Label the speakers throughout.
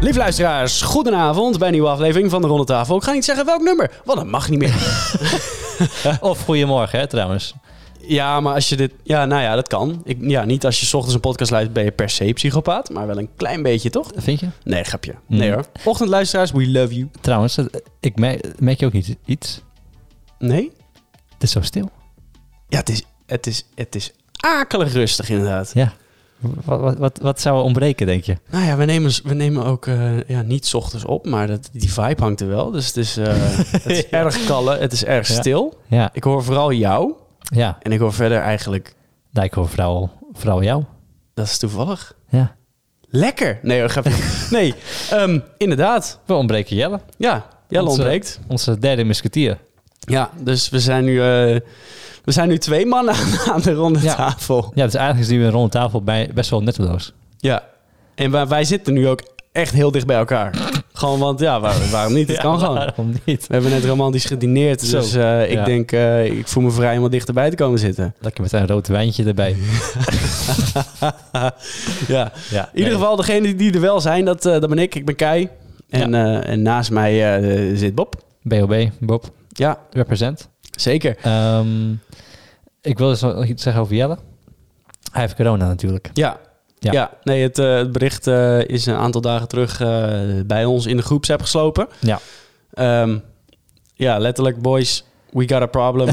Speaker 1: Lief luisteraars, goedenavond bij een nieuwe aflevering van de Ronde Tafel. Ik ga niet zeggen welk nummer, want dat mag niet meer.
Speaker 2: Of goedemorgen, hè, trouwens.
Speaker 1: ja, maar als je dit... Ja, nou ja, dat kan. Ik, ja, niet als je 's ochtends een podcast luistert ben je per se psychopaat, maar wel een klein beetje, toch?
Speaker 2: Vind je?
Speaker 1: Nee, grapje. Nee
Speaker 2: Mm.
Speaker 1: hoor. Ochtendluisteraars, we love you.
Speaker 2: Trouwens, dat- ik merk, merk je ook niet iets.
Speaker 1: Nee?
Speaker 2: Het is zo stil.
Speaker 1: Ja, het is, het is, het is akelig rustig inderdaad.
Speaker 2: Ja. Wat, wat, wat, wat zou er ontbreken, denk je?
Speaker 1: Nou ja, we nemen, we nemen ook eh, ja, niet 's ochtends op, maar dat, die vibe hangt er wel. Dus het is, eh, het is erg kallen, het is erg
Speaker 2: Ja.
Speaker 1: stil.
Speaker 2: Ja,
Speaker 1: Ik hoor vooral jou
Speaker 2: ja.
Speaker 1: en ik hoor verder eigenlijk...
Speaker 2: Nou, ik hoor vooral, vooral jou.
Speaker 1: Dat is toevallig.
Speaker 2: Ja.
Speaker 1: Lekker. Nee, hoor, grapje. nee ehm, inderdaad.
Speaker 2: We ontbreken Jelle,
Speaker 1: Ja, Jelle
Speaker 2: Onze-
Speaker 1: ontbreekt.
Speaker 2: onze derde musketier.
Speaker 1: Ja, dus we zijn nu, eh, we zijn nu twee mannen aan, aan de ronde
Speaker 2: Ja.
Speaker 1: tafel.
Speaker 2: Ja, dus eigenlijk zien we een ronde tafel bij, best wel netteloos.
Speaker 1: Ja. En wij, wij zitten nu ook echt heel dicht bij elkaar. gewoon, want ja, waar- waarom niet? Het kan gewoon.
Speaker 2: Waarom niet?
Speaker 1: We hebben net romantisch gedineerd,
Speaker 2: Zo,
Speaker 1: dus eh, ik
Speaker 2: ja.
Speaker 1: denk, eh, ik voel me vrij om wat dichterbij te komen zitten.
Speaker 2: Lekker met een rood wijntje erbij.
Speaker 1: Ja.
Speaker 2: Ja,
Speaker 1: In ieder geval, degene die er wel zijn, dat, eh, dat ben ik. Ik ben Kai. En, eh, en naast mij eh, zit Bob.
Speaker 2: BOB, Bob,
Speaker 1: Ja,
Speaker 2: represent.
Speaker 1: zeker.
Speaker 2: Ehm, ik wil dus nog iets zeggen over Jelle. Hij heeft corona natuurlijk.
Speaker 1: Ja. Ja.
Speaker 2: Ja.
Speaker 1: nee, het, eh, het bericht eh, is een aantal dagen terug eh, bij ons in de groepsapp geslopen.
Speaker 2: Ja.
Speaker 1: Ehm, ja, letterlijk, boys, we got a problem.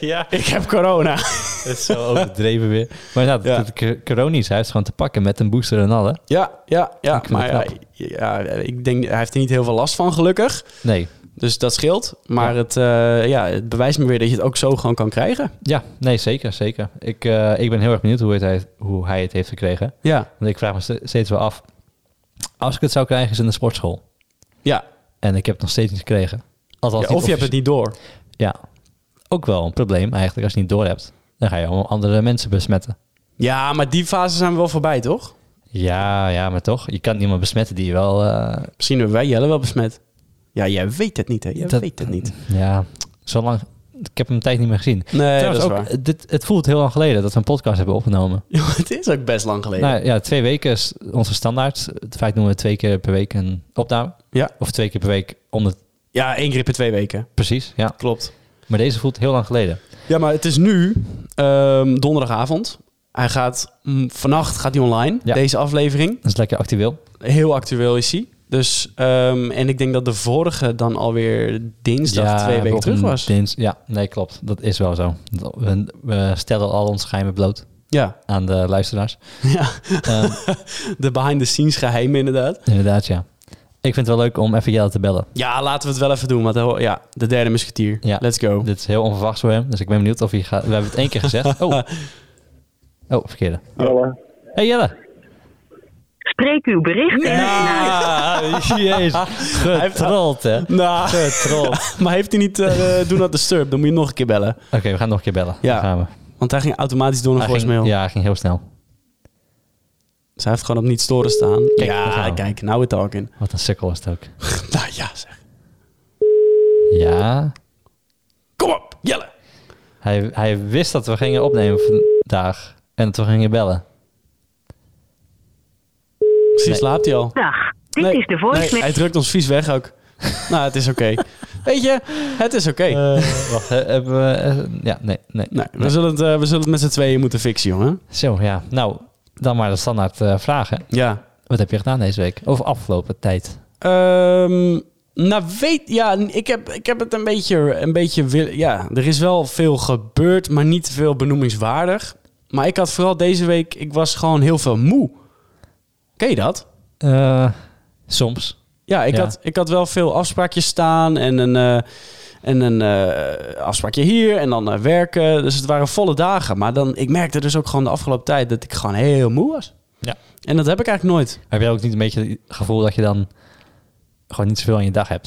Speaker 2: ja,
Speaker 1: ik heb corona.
Speaker 2: dat is zo overdreven weer. Maar ja,
Speaker 1: Ja.
Speaker 2: dat de coronies, hij heeft gewoon te pakken met een booster en alle.
Speaker 1: Ja, ja, ja.
Speaker 2: Ik vind het
Speaker 1: Maar ja,
Speaker 2: knap.
Speaker 1: ja, ik denk, hij heeft er niet heel veel last van, gelukkig.
Speaker 2: Nee,
Speaker 1: Dus dat scheelt. Maar Het, eh, ja, het bewijst me weer dat je het ook zo gewoon kan krijgen.
Speaker 2: ja, nee, zeker, zeker. Ik, eh, ik ben heel erg benieuwd hoe, het, hij- hoe hij het heeft gekregen.
Speaker 1: Ja,
Speaker 2: Want ik vraag me st- steeds wel af, als ik het zou krijgen, is het in de sportschool.
Speaker 1: ja.
Speaker 2: En ik heb het nog steeds niet gekregen. Althans,
Speaker 1: ja of je hebt het niet door.
Speaker 2: Ja, ook wel een probleem eigenlijk als je niet door hebt. Dan ga je allemaal andere mensen besmetten.
Speaker 1: Ja, maar die fase zijn we wel voorbij, toch?
Speaker 2: Ja, ja, maar toch, je kan niemand besmetten die je wel... eh,
Speaker 1: Misschien hebben wij Jelle wel besmet. Ja, jij weet het niet, hè? Jij
Speaker 2: Dat-
Speaker 1: weet het niet.
Speaker 2: ja, zolang... Ik heb hem een tijd niet meer gezien.
Speaker 1: Nee, dat is
Speaker 2: Trouwens
Speaker 1: waar.
Speaker 2: ook, dit, het voelt heel lang geleden dat we een podcast hebben opgenomen.
Speaker 1: Ja, maar het is ook best lang geleden.
Speaker 2: Nou ja, twee weken is onze standaard. Het feit noemen we twee keer per week een opname.
Speaker 1: Ja.
Speaker 2: Of twee keer per week, om het
Speaker 1: Ja, één keer per twee weken.
Speaker 2: precies. Ja.
Speaker 1: Klopt.
Speaker 2: Maar deze voelt heel lang geleden.
Speaker 1: Ja, maar het is nu ehm, donderdagavond. Hij gaat mm, vannacht gaat hij online,
Speaker 2: Ja.
Speaker 1: deze aflevering.
Speaker 2: Dat is lekker actueel.
Speaker 1: Heel actueel is hij. Dus, ehm, en ik denk dat de vorige dan alweer dinsdag twee weken
Speaker 2: op
Speaker 1: terug
Speaker 2: een
Speaker 1: was.
Speaker 2: dins- ja, nee, klopt. Dat is wel zo. We, we stellen al ons geheimen bloot
Speaker 1: Ja.
Speaker 2: aan de luisteraars.
Speaker 1: ja,
Speaker 2: Ehm,
Speaker 1: de behind-the-scenes geheimen inderdaad.
Speaker 2: inderdaad, ja. Ik vind het wel leuk om even Jelle te bellen.
Speaker 1: Ja, laten we het wel even doen. Want oh, ja, de derde musketier.
Speaker 2: Ja.
Speaker 1: Let's go.
Speaker 2: Dit is heel onverwachts voor hem. Dus ik ben benieuwd of hij gaat... We hebben het één keer gezegd. Oh, oh verkeerde.
Speaker 3: Jelle.
Speaker 2: Hey Jelle.
Speaker 3: Spreek uw bericht na.
Speaker 2: Ah, jezus. Getrold, hè?
Speaker 1: Nou,
Speaker 2: Getrold.
Speaker 1: maar heeft hij niet eh Doe Not Disturb? Dan moet je nog een keer bellen.
Speaker 2: Oké, we gaan nog een keer bellen.
Speaker 1: Ja.
Speaker 2: Daar gaan we.
Speaker 1: Want hij ging automatisch door naar
Speaker 2: Hij
Speaker 1: voicemail.
Speaker 2: ging, ja, hij ging heel snel.
Speaker 1: Dus hij heeft gewoon op niet storen staan.
Speaker 2: daar
Speaker 1: ja,
Speaker 2: gaan we.
Speaker 1: kijk, nou we talking.
Speaker 2: Wat een sukkel was het ook.
Speaker 1: nou ja, zeg.
Speaker 2: Ja.
Speaker 1: Kom op, Jelle.
Speaker 2: Hij, hij wist dat we gingen opnemen vandaag. En dat we gingen bellen.
Speaker 1: Misschien
Speaker 2: Nee.
Speaker 1: slaapt hij al.
Speaker 3: Dag. Dit
Speaker 1: Nee,
Speaker 3: is de voicemail.
Speaker 1: nee, hij drukt ons vies weg ook. nou, het is oké. Weet je, het is oké.
Speaker 2: Eh, wacht, eh, hebben we... eh, ja, nee, nee.
Speaker 1: nee, we, zullen het, eh, we zullen het met z'n tweeën moeten fixen, jongen.
Speaker 2: Zo, ja. Nou, dan maar de standaard eh, vragen.
Speaker 1: Ja.
Speaker 2: Wat heb je gedaan deze week? Of afgelopen tijd?
Speaker 1: Ehm, nou, weet... Ja, ik heb, ik heb het een beetje... Een beetje wil, ja, er is wel veel gebeurd, maar niet veel benoemingswaardig. Maar ik had vooral deze week... Ik was gewoon heel veel moe. Ken je dat?
Speaker 2: Eh, soms.
Speaker 1: Ja, ik,
Speaker 2: Ja.
Speaker 1: Had, ik had wel veel afspraakjes staan en een, eh, en een eh, afspraakje hier en dan eh, werken. Dus het waren volle dagen. Maar dan, ik merkte dus ook gewoon de afgelopen tijd dat ik gewoon heel moe was.
Speaker 2: Ja.
Speaker 1: En dat heb ik eigenlijk nooit.
Speaker 2: Heb jij ook niet een beetje het gevoel dat je dan... gewoon niet zoveel aan je dag hebt?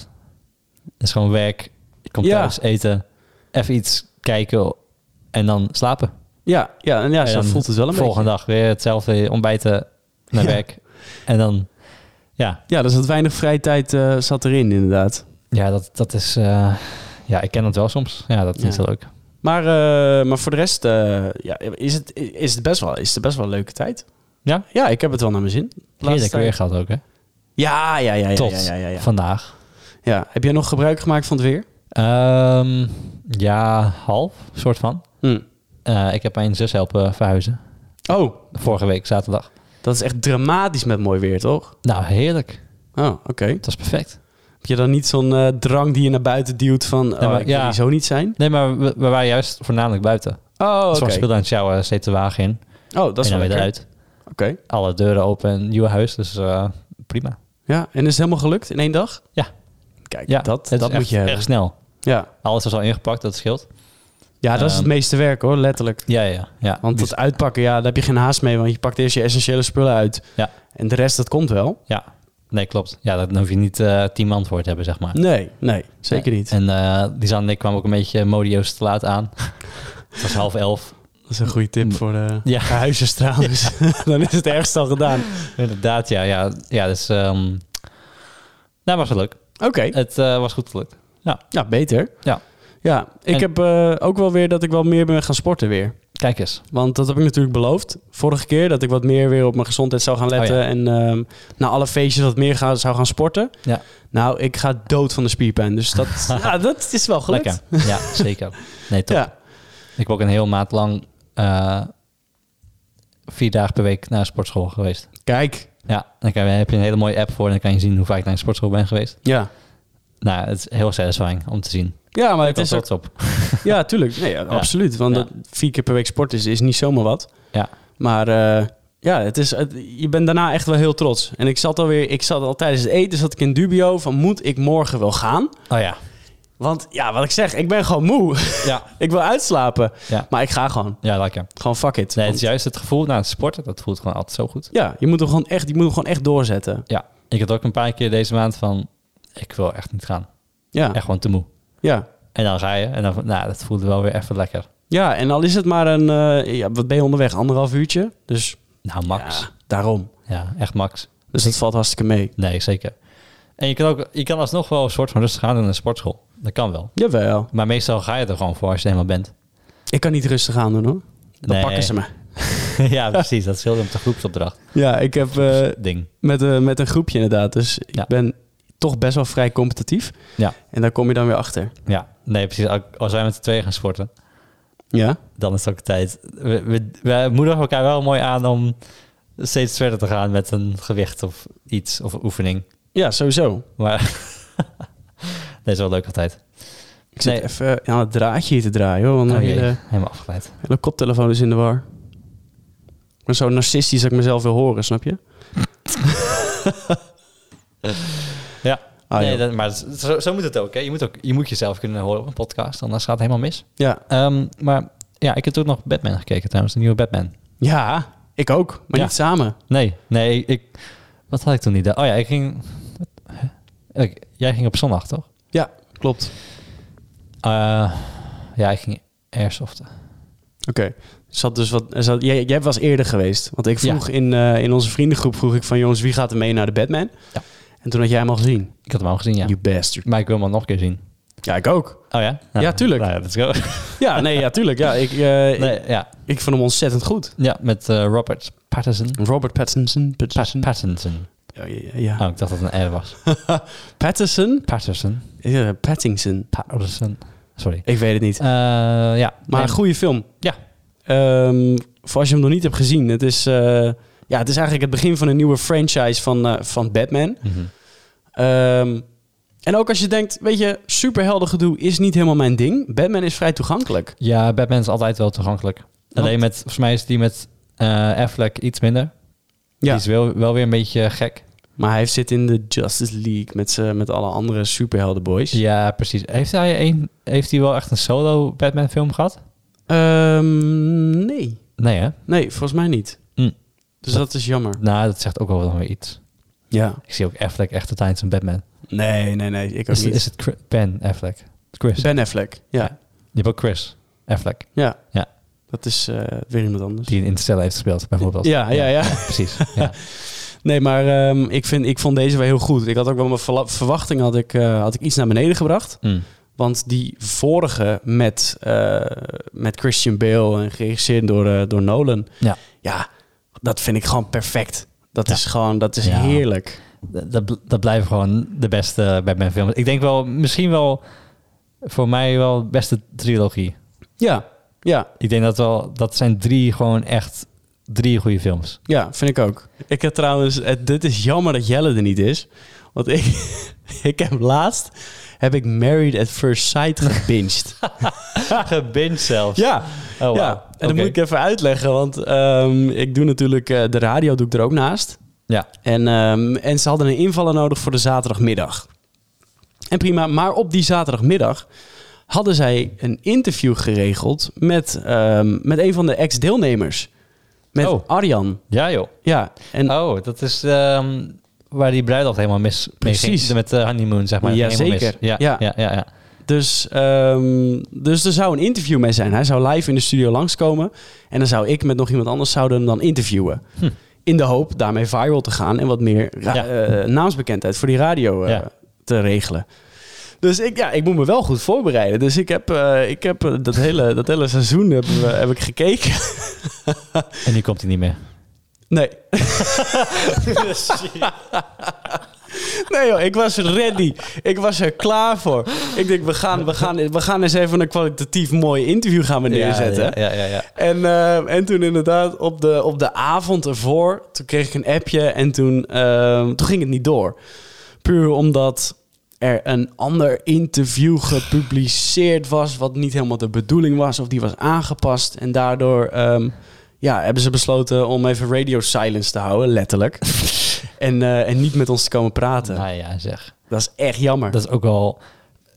Speaker 2: Het is gewoon werk. Je komt
Speaker 1: Ja.
Speaker 2: thuis eten. Even iets kijken. En dan slapen.
Speaker 1: Ja, ja en ja,
Speaker 2: En
Speaker 1: zo
Speaker 2: dan
Speaker 1: voelt het wel een
Speaker 2: Volgende dag weer hetzelfde ontbijten naar
Speaker 1: Ja.
Speaker 2: werk. En dan, ja,
Speaker 1: beetje. Ja, dus dat weinig vrije tijd eh, zat erin inderdaad.
Speaker 2: ja dat, dat is, eh, ja, ik ken dat wel soms. Ja, dat
Speaker 1: Ja.
Speaker 2: is wel leuk.
Speaker 1: Maar, eh, maar voor de rest eh, ja, is, het, is, het best wel, is het best wel een leuke tijd.
Speaker 2: Ja?
Speaker 1: Ja, ik heb het wel naar mijn zin.
Speaker 2: Heerlijk
Speaker 1: Laatste
Speaker 2: weer
Speaker 1: tijd.
Speaker 2: gehad ook, hè?
Speaker 1: Ja, ja, ja. ja,
Speaker 2: Tot
Speaker 1: ja, ja, ja, ja.
Speaker 2: vandaag.
Speaker 1: Ja, Heb jij nog gebruik gemaakt van het weer?
Speaker 2: Ehm, ja, half, soort van.
Speaker 1: Hm.
Speaker 2: Eh, ik heb mijn zus helpen verhuizen.
Speaker 1: Oh,
Speaker 2: Vorige week, zaterdag.
Speaker 1: dat is echt dramatisch met mooi weer, toch?
Speaker 2: Nou, heerlijk.
Speaker 1: Oh, oké.
Speaker 2: Het was perfect.
Speaker 1: Heb je dan niet zo'n eh, drang die je naar buiten duwt van... Oh,
Speaker 2: maar-
Speaker 1: ik wil
Speaker 2: ja.
Speaker 1: hier zo niet zijn?
Speaker 2: Nee, maar we, we waren juist voornamelijk buiten.
Speaker 1: Oh,
Speaker 2: Dus
Speaker 1: oké.
Speaker 2: we speelden aan het shower, steeds de wagen in.
Speaker 1: Oh, dat is
Speaker 2: en
Speaker 1: wel
Speaker 2: dan weer
Speaker 1: lekker.
Speaker 2: eruit.
Speaker 1: Oké.
Speaker 2: Alle deuren open, een nieuw huis. Dus eh, prima.
Speaker 1: Ja, en is het helemaal gelukt in één dag?
Speaker 2: Ja.
Speaker 1: Kijk,
Speaker 2: Ja,
Speaker 1: dat,
Speaker 2: het
Speaker 1: dat
Speaker 2: is
Speaker 1: moet
Speaker 2: echt,
Speaker 1: je hebben.
Speaker 2: Erg snel.
Speaker 1: Ja.
Speaker 2: Alles was al ingepakt, dat scheelt.
Speaker 1: ja, dat is het
Speaker 2: Ehm.
Speaker 1: meeste werk hoor, letterlijk.
Speaker 2: Ja, ja, ja.
Speaker 1: Want
Speaker 2: Dus-
Speaker 1: dat uitpakken, ja, daar heb je geen haast mee. Want je pakt eerst je essentiële spullen uit.
Speaker 2: Ja.
Speaker 1: En de rest, dat komt wel.
Speaker 2: Ja, nee, klopt. Ja, dat- dan hoef je niet eh tien man voor te hebben, zeg maar.
Speaker 1: Nee, nee, zeker
Speaker 2: Nee.
Speaker 1: niet.
Speaker 2: En eh Lisanne en ik kwamen ook een beetje modio's te laat aan. het was half elf.
Speaker 1: Dat is een goede tip voor de
Speaker 2: Ja.
Speaker 1: huizen trouwens. Dan is het ergst al gedaan.
Speaker 2: Inderdaad, ja. Ja, ja dus... ehm nou, was wel leuk.
Speaker 1: Oké,
Speaker 2: Het eh, was goed gelukt.
Speaker 1: nou beter.
Speaker 2: Ja.
Speaker 1: Ja, ik
Speaker 2: En-
Speaker 1: heb eh, ook wel weer dat ik wel meer ben gaan sporten weer.
Speaker 2: Kijk eens.
Speaker 1: Want dat heb ik natuurlijk beloofd. Vorige keer dat ik wat meer weer op mijn gezondheid zou gaan letten.
Speaker 2: Oh ja.
Speaker 1: En ehm, na alle feestjes wat meer ga- zou gaan sporten.
Speaker 2: Ja.
Speaker 1: Nou, ik ga dood van de spierpijn. Dus dat, ja, dat is wel gelukt.
Speaker 2: Lekker. Ja, zeker. Nee, top.
Speaker 1: Ja.
Speaker 2: Ik heb ook een heel maand lang... eh, vier dagen per week naar een sportschool geweest.
Speaker 1: Kijk.
Speaker 2: Ja, dan kan je- heb je een hele mooie app voor... en dan kan je zien hoe vaak ik naar een sportschool ben geweest.
Speaker 1: Ja.
Speaker 2: Nou, het is heel satisfying om te zien.
Speaker 1: Ja, maar het
Speaker 2: Ik
Speaker 1: is
Speaker 2: was
Speaker 1: ook...
Speaker 2: trots op.
Speaker 1: Ja, tuurlijk. Nee, ja, absoluut. Want
Speaker 2: Ja.
Speaker 1: dat vier keer per week sporten is, is niet zomaar wat.
Speaker 2: Ja.
Speaker 1: Maar eh, ja, het is, het- je bent daarna echt wel heel trots. En ik zat alweer... Ik zat al tijdens het eten zat ik in dubio van... Moet ik morgen wel gaan?
Speaker 2: Oh ja.
Speaker 1: Want ja, wat ik zeg, ik ben gewoon moe.
Speaker 2: Ja.
Speaker 1: ik wil uitslapen.
Speaker 2: Ja.
Speaker 1: Maar ik ga gewoon.
Speaker 2: Ja, lekker.
Speaker 1: Gewoon fuck it.
Speaker 2: Nee, het
Speaker 1: Want-
Speaker 2: is juist het gevoel na het sporten. Dat voelt gewoon altijd zo goed.
Speaker 1: ja, je moet hem gewoon echt, je moet hem gewoon echt doorzetten.
Speaker 2: Ja. Ik had ook een paar keer deze maand van... Ik wil echt niet gaan.
Speaker 1: Ja,
Speaker 2: Echt gewoon te moe.
Speaker 1: ja.
Speaker 2: En dan ga je. En dan... Nou, dat voelde wel weer even lekker.
Speaker 1: ja, en al is het maar een, eh, ja, wat ben je onderweg, anderhalf uurtje. Dus
Speaker 2: Nou, max. Ja,
Speaker 1: ja, daarom.
Speaker 2: echt max.
Speaker 1: Dus dat valt hartstikke mee.
Speaker 2: Nee, zeker. En je kan, ook, je kan alsnog wel een soort van rustig gaan in een sportschool. Dat kan wel.
Speaker 1: Jawel.
Speaker 2: Maar meestal ga je er gewoon voor als je er helemaal bent.
Speaker 1: Ik kan niet rustig aan doen hoor. Dan
Speaker 2: Nee.
Speaker 1: pakken ze me.
Speaker 2: ja, precies. Dat scheelde om de groepsopdracht.
Speaker 1: Ja, ik heb eh,
Speaker 2: Ding.
Speaker 1: met, eh, met een groepje inderdaad. Dus
Speaker 2: Ja.
Speaker 1: ik ben toch best wel vrij competitief.
Speaker 2: Ja.
Speaker 1: En daar kom je dan weer achter.
Speaker 2: Ja. Nee, precies. Als wij met z'n tweeën gaan sporten,
Speaker 1: Ja.
Speaker 2: dan is het ook tijd. We, we, we moedigen elkaar wel mooi aan om steeds verder te gaan met een gewicht of iets of een oefening.
Speaker 1: Ja, sowieso.
Speaker 2: Maar dat is wel leuk altijd.
Speaker 1: Ik zit
Speaker 2: Nee.
Speaker 1: even eh, aan het draadje hier te draaien hoor. Want
Speaker 2: Oh
Speaker 1: mijn
Speaker 2: jee,
Speaker 1: hele,
Speaker 2: Helemaal afgeleid.
Speaker 1: hele koptelefoon is in de war. Ik ben zo narcistisch dat ik mezelf wil horen, snap je?
Speaker 2: Ja.
Speaker 1: Ah,
Speaker 2: nee,
Speaker 1: joh.
Speaker 2: dat- maar zo, zo moet het ook, hè. Je moet ook. Je moet jezelf kunnen horen op een podcast, anders gaat het helemaal mis.
Speaker 1: Ja.
Speaker 2: Ehm, maar ja, ik heb toen nog Batman gekeken trouwens, de nieuwe Batman.
Speaker 1: Ja, ik ook, maar
Speaker 2: Ja.
Speaker 1: niet samen.
Speaker 2: Nee, nee, ik... Wat had ik toen niet? gedaan? Oh ja, ik ging... wat? Hè? Ik- jij ging op zondag, toch?
Speaker 1: Ja, klopt.
Speaker 2: Eh, ja, ik ging airsoften.
Speaker 1: Oké. Zat dus wat, er zat, jij, jij was eerder geweest. Want ik vroeg in, eh, in onze vriendengroep vroeg ik van jongens, wie gaat er mee naar de Batman?
Speaker 2: Ja.
Speaker 1: En toen had jij hem al gezien.
Speaker 2: Ik had hem al gezien, ja.
Speaker 1: You bastard.
Speaker 2: Maar ik wil hem al nog een keer zien.
Speaker 1: Ja, ik ook.
Speaker 2: Oh ja?
Speaker 1: Ja, tuurlijk.
Speaker 2: Nou, let's go.
Speaker 1: Ja, nee, ja, tuurlijk. Ja, ik, eh, ik,
Speaker 2: Nee, ja.
Speaker 1: ik vond hem ontzettend goed.
Speaker 2: ja, met eh, Robert Patterson.
Speaker 1: Robert Pattinson.
Speaker 2: Pa-
Speaker 1: Pattinson.
Speaker 2: Pattinson.
Speaker 1: ja, ja, ja.
Speaker 2: Oh, ik dacht dat het een R was.
Speaker 1: Pattinson?
Speaker 2: Patterson.
Speaker 1: Ja, Pattinson.
Speaker 2: Patterson. Sorry.
Speaker 1: Ik weet het niet.
Speaker 2: Eh, ja.
Speaker 1: Maar
Speaker 2: Nee,
Speaker 1: een goede film.
Speaker 2: Ja.
Speaker 1: Ehm, voor als je hem nog niet hebt gezien. Het is, eh, ja, het is eigenlijk het begin van een nieuwe franchise van, eh, van Batman.
Speaker 2: mhm.
Speaker 1: Ehm, en ook als je denkt, weet je, superhelden gedoe is niet helemaal mijn ding. Batman is vrij toegankelijk.
Speaker 2: Ja, Batman is altijd wel toegankelijk. Alleen met, volgens mij is die met eh Affleck iets minder. Die is wel, wel weer een beetje gek.
Speaker 1: Maar hij zit in de Justice League met, z'n- met alle andere superheldenboys.
Speaker 2: Ja, precies. Heeft hij, een, heeft hij wel echt een solo Batman film gehad?
Speaker 1: Ehm, nee.
Speaker 2: Nee hè?
Speaker 1: Nee, volgens mij niet.
Speaker 2: Hm.
Speaker 1: Dus dat is jammer.
Speaker 2: Nou, dat zegt ook wel nog weer iets.
Speaker 1: Ja.
Speaker 2: Ik zie ook Affleck echt totaal niet zijn Batman.
Speaker 1: Nee, nee, nee. Ik ook
Speaker 2: Is,
Speaker 1: niet.
Speaker 2: is het Chris- Ben Affleck? Chris.
Speaker 1: Ben Affleck. Ja.
Speaker 2: Ja. Je hebt ook Chris Affleck,
Speaker 1: Ja.
Speaker 2: Ja.
Speaker 1: Dat is eh, weer iemand anders.
Speaker 2: die in Interstellar heeft gespeeld bijvoorbeeld.
Speaker 1: Ja, ja, ja.
Speaker 2: precies. Ja.
Speaker 1: Nee, maar ehm, ik, vind, ik vond deze wel heel goed. Ik had ook wel mijn verla- verwachting had ik, eh, had ik iets naar beneden gebracht.
Speaker 2: Mm.
Speaker 1: Want die vorige met, eh, met Christian Bale en geregisseerd door, eh, door Nolan.
Speaker 2: Ja.
Speaker 1: ja, dat vind ik gewoon perfect. Dat
Speaker 2: Ja.
Speaker 1: is gewoon, dat is
Speaker 2: Ja.
Speaker 1: heerlijk.
Speaker 2: Dat- Dat, bl- dat blijven gewoon de beste Batman films. Ik denk wel, misschien wel, voor mij wel de beste trilogie.
Speaker 1: Ja, ja,
Speaker 2: Ik denk dat wel, dat zijn drie gewoon echt drie goede films.
Speaker 1: ja, vind ik ook. Ik heb trouwens, het, dit is jammer dat Jelle er niet is. Want ik, ik heb laatst, heb ik Married at First Sight gebinged.
Speaker 2: Gebinged zelfs.
Speaker 1: ja,
Speaker 2: Oh, wow.
Speaker 1: ja. En dat
Speaker 2: Oké.
Speaker 1: moet ik even uitleggen, want ehm, ik doe natuurlijk, eh, de radio doe ik er ook naast.
Speaker 2: Ja.
Speaker 1: En, ehm, en ze hadden een invaller nodig voor de zaterdagmiddag. En prima, maar op die zaterdagmiddag hadden zij een interview geregeld met, ehm, met een van de ex-deelnemers. Met
Speaker 2: Oh.
Speaker 1: Arjan.
Speaker 2: Ja, joh.
Speaker 1: Ja, en
Speaker 2: Oh, dat is ehm, waar die bruiloft helemaal mis mee ging.
Speaker 1: Precies.
Speaker 2: Met de honeymoon, zeg maar.
Speaker 1: Ja,
Speaker 2: Helemaal mis.
Speaker 1: zeker.
Speaker 2: Ja, ja.
Speaker 1: Ja.
Speaker 2: Ja, ja,
Speaker 1: dus, ehm, dus er zou een interview mee zijn. Hij zou live in de studio langskomen. En dan zou ik met nog iemand anders zouden hem dan interviewen.
Speaker 2: Hm.
Speaker 1: In de hoop daarmee viral te gaan en wat meer ra-
Speaker 2: Ja.
Speaker 1: eh, naamsbekendheid voor die radio eh,
Speaker 2: Ja.
Speaker 1: te regelen. Dus ik, ja, ik moet me wel goed voorbereiden. Dus ik heb, eh, ik heb eh, dat, hele, dat hele seizoen heb, eh, heb ik gekeken.
Speaker 2: En nu komt hij niet meer.
Speaker 1: Nee. nee joh, ik was ready. Ik was er klaar voor. Ik denk, we gaan, we gaan, we gaan eens even een kwalitatief mooi interview gaan we neerzetten.
Speaker 2: Ja, ja, ja. ja.
Speaker 1: En, ehm, en toen inderdaad, op de, op de avond ervoor, toen kreeg ik een appje en toen, ehm, toen ging het niet door. Puur omdat er een ander interview gepubliceerd was, wat niet helemaal de bedoeling was, of die was aangepast. En daardoor ehm, ja, hebben ze besloten om even radio silence te houden, letterlijk. en, eh, en niet met ons te komen praten.
Speaker 2: Nou ja, zeg.
Speaker 1: Dat is echt jammer.
Speaker 2: Dat is ook wel...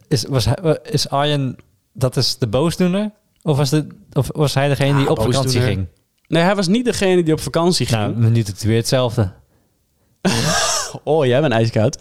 Speaker 2: Is, was hij, is Arjen... Dat is de boosdoener? Of was, de, of was hij degene die
Speaker 1: Ah,
Speaker 2: op vakantie
Speaker 1: boosdoener.
Speaker 2: ging?
Speaker 1: Nee, hij was niet degene die op vakantie ging.
Speaker 2: Nou, nu doet het weer hetzelfde.
Speaker 1: Oh, jij bent ijskoud.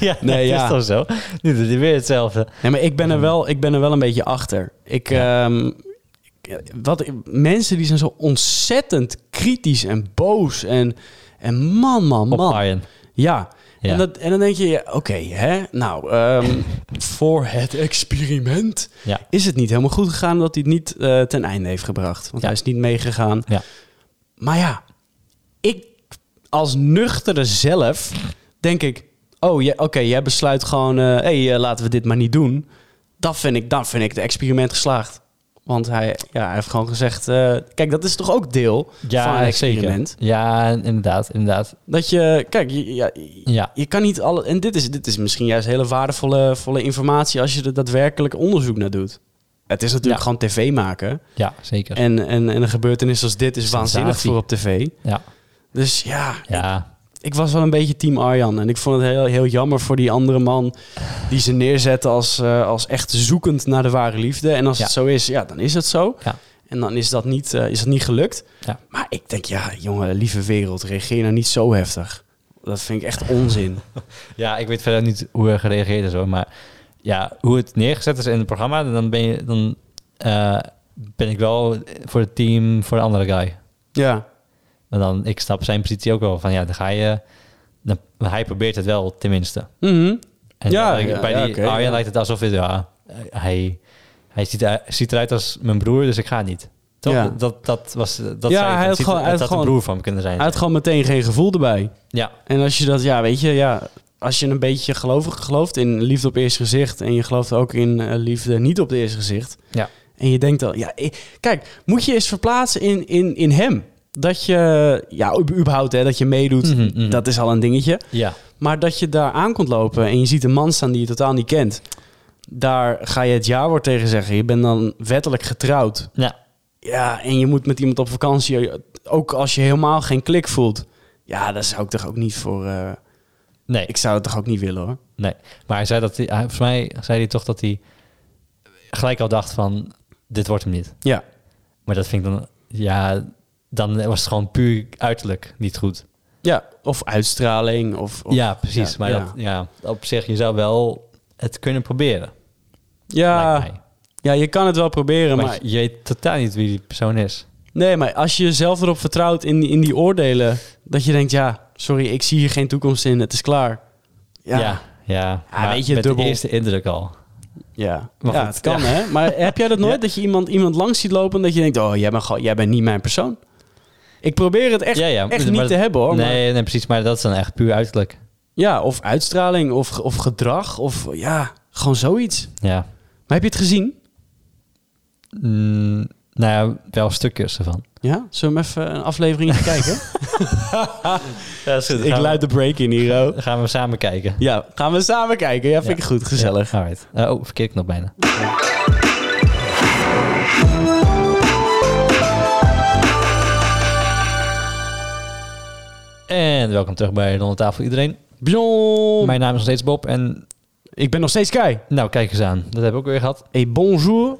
Speaker 2: ja,
Speaker 1: Nee,
Speaker 2: dat
Speaker 1: ja.
Speaker 2: is toch zo? Nu doet hij weer hetzelfde.
Speaker 1: Nee, maar ik ben er wel, ik ben er wel een beetje achter. Ik, ehm, ik- wat, mensen die zijn zo ontzettend kritisch en boos en, en man, man,
Speaker 2: Op
Speaker 1: man.
Speaker 2: Arjen.
Speaker 1: Ja.
Speaker 2: Ja.
Speaker 1: En, dat, en dan denk je, ja, oké, hè, nou, ehm, voor het experiment
Speaker 2: Ja.
Speaker 1: is het niet helemaal goed gegaan dat hij het niet eh, ten einde heeft gebracht. Want
Speaker 2: Ja.
Speaker 1: hij is niet meegegaan.
Speaker 2: Ja.
Speaker 1: Maar ja, ik als nuchtere zelf denk ik... Oh, ja, oké, jij besluit gewoon... eh, hey, eh, laten we dit maar niet doen. Dat vind ik, dan vind ik het experiment geslaagd. Want hij, ja, hij heeft gewoon gezegd... eh, kijk, dat is toch ook deel van een experiment?
Speaker 2: Zeker. Ja, inderdaad, inderdaad.
Speaker 1: Dat je... Kijk, je, ja,
Speaker 2: Ja,
Speaker 1: je kan niet alle... En dit is, dit is misschien juist hele waardevolle volle informatie... als je er daadwerkelijk onderzoek naar doet. Het is natuurlijk
Speaker 2: Ja.
Speaker 1: gewoon tv maken.
Speaker 2: ja zeker.
Speaker 1: En, en, en een gebeurtenis als dit is waanzinnig
Speaker 2: Sensatie.
Speaker 1: voor op tv.
Speaker 2: ja,
Speaker 1: Dus ja,
Speaker 2: ja.
Speaker 1: ik was wel een beetje team Arjan. En ik vond het heel, heel jammer voor die andere man die ze neerzette als, eh, als echt zoekend naar de ware liefde. En als
Speaker 2: Ja.
Speaker 1: het zo is, ja, dan is het zo.
Speaker 2: Ja.
Speaker 1: En dan is dat niet, eh, is dat niet gelukt.
Speaker 2: Ja.
Speaker 1: Maar ik denk, ja, jongen, lieve wereld, reageer nou niet zo heftig. Dat vind ik echt onzin.
Speaker 2: ja, ik weet verder niet hoe er gereageerd is hoor. Maar ja, hoe het neergezet is in het programma, dan ben, je, dan, eh, ben ik wel voor het team, voor de andere guy.
Speaker 1: ja.
Speaker 2: Maar dan, ik snap zijn positie ook wel van ja, dan ga je. Dan, hij probeert het wel tenminste.
Speaker 1: Mhm.
Speaker 2: En
Speaker 1: Ja,
Speaker 2: bij-
Speaker 1: ja,
Speaker 2: bij
Speaker 1: ja,
Speaker 2: die
Speaker 1: oké,
Speaker 2: Arjen
Speaker 1: ja.
Speaker 2: lijkt het alsof het, ja, hij, hij ziet, er- ziet eruit als mijn broer, dus ik ga niet. Toch?
Speaker 1: Ja.
Speaker 2: Dat, dat was. Dat
Speaker 1: Ja,
Speaker 2: zei,
Speaker 1: hij had
Speaker 2: ziet,
Speaker 1: gewoon-
Speaker 2: het
Speaker 1: hij had
Speaker 2: had een
Speaker 1: gewoon-
Speaker 2: broer van me kunnen zijn.
Speaker 1: Hij had gewoon meteen geen gevoel erbij.
Speaker 2: ja,
Speaker 1: En als je dat, ja, weet je, ja, als je een beetje gelovig gelooft in liefde op eerste gezicht en je gelooft ook in eh, liefde niet op het eerste gezicht.
Speaker 2: Ja.
Speaker 1: En je denkt al, ja, ik- kijk, moet je eens verplaatsen in, in, in hem. Dat je, ja, u- überhaupt hè, dat je meedoet,
Speaker 2: Mhm, mhm.
Speaker 1: dat is al een dingetje.
Speaker 2: ja,
Speaker 1: Maar dat je daar aan komt lopen en je ziet een man staan die je totaal niet kent. Daar ga je het jaarwoord tegen zeggen. Je bent dan wettelijk getrouwd.
Speaker 2: ja,
Speaker 1: Ja, en je moet met iemand op vakantie, ook als je helemaal geen klik voelt. Ja, daar zou ik toch ook niet voor... eh,
Speaker 2: nee.
Speaker 1: ik zou het toch ook niet willen hoor.
Speaker 2: Nee, maar hij zei dat hij, hij- volgens mij zei hij toch dat hij gelijk al dacht van dit wordt hem niet.
Speaker 1: Ja.
Speaker 2: Maar dat vind ik dan, ja, dan was het gewoon puur uiterlijk niet goed.
Speaker 1: Ja, of uitstraling. Of, of-
Speaker 2: ja, precies.
Speaker 1: ja,
Speaker 2: maar
Speaker 1: ja.
Speaker 2: Dat, ja, op zich, je zou wel het kunnen proberen.
Speaker 1: ja,
Speaker 2: lijkt mij.
Speaker 1: ja, je kan het wel proberen.
Speaker 2: Maar,
Speaker 1: Maar,
Speaker 2: je weet totaal niet wie die persoon is.
Speaker 1: nee, maar als je jezelf erop vertrouwt in, in die oordelen. dat je denkt, ja, sorry, ik zie hier geen toekomst in, het is klaar.
Speaker 2: Ja,
Speaker 1: ja. Ah,
Speaker 2: ja. maar
Speaker 1: weet je,
Speaker 2: met
Speaker 1: dubbel.
Speaker 2: de eerste indruk al.
Speaker 1: Ja,
Speaker 2: Maar
Speaker 1: ja
Speaker 2: goed,
Speaker 1: het kan
Speaker 2: ja.
Speaker 1: hè. Maar heb jij dat nooit, dat je iemand, iemand langs ziet lopen... en dat je denkt, oh, jij bent, gewoon- jij bent niet mijn persoon? Ik probeer het echt,
Speaker 2: ja, ja.
Speaker 1: echt
Speaker 2: maar
Speaker 1: niet
Speaker 2: dat-
Speaker 1: te hebben hoor. maar-
Speaker 2: Nee, nee, precies. Maar dat is dan echt puur uiterlijk.
Speaker 1: ja, of uitstraling, of, of gedrag, of ja, gewoon zoiets.
Speaker 2: Ja.
Speaker 1: Maar heb je het gezien?
Speaker 2: Mm, nou ja, wel stukjes ervan.
Speaker 1: Ja, zullen we hem even een aflevering kijken?
Speaker 2: Ja, is
Speaker 1: Ik luid de break in hier, oh.
Speaker 2: Dan gaan we samen kijken.
Speaker 1: Ja, gaan we samen kijken. Ja, vind
Speaker 2: Ja.
Speaker 1: ik goed, gezellig.
Speaker 2: Ja, alright. Eh, oh, verkeerd knop bijna. En welkom terug bij Ronde Tafel Iedereen.
Speaker 1: Bonjour.
Speaker 2: Mijn naam is nog steeds Bob en
Speaker 1: Ik ben nog steeds Kai.
Speaker 2: nou kijk eens aan. Dat heb ik ook weer gehad.
Speaker 1: Et bonjour,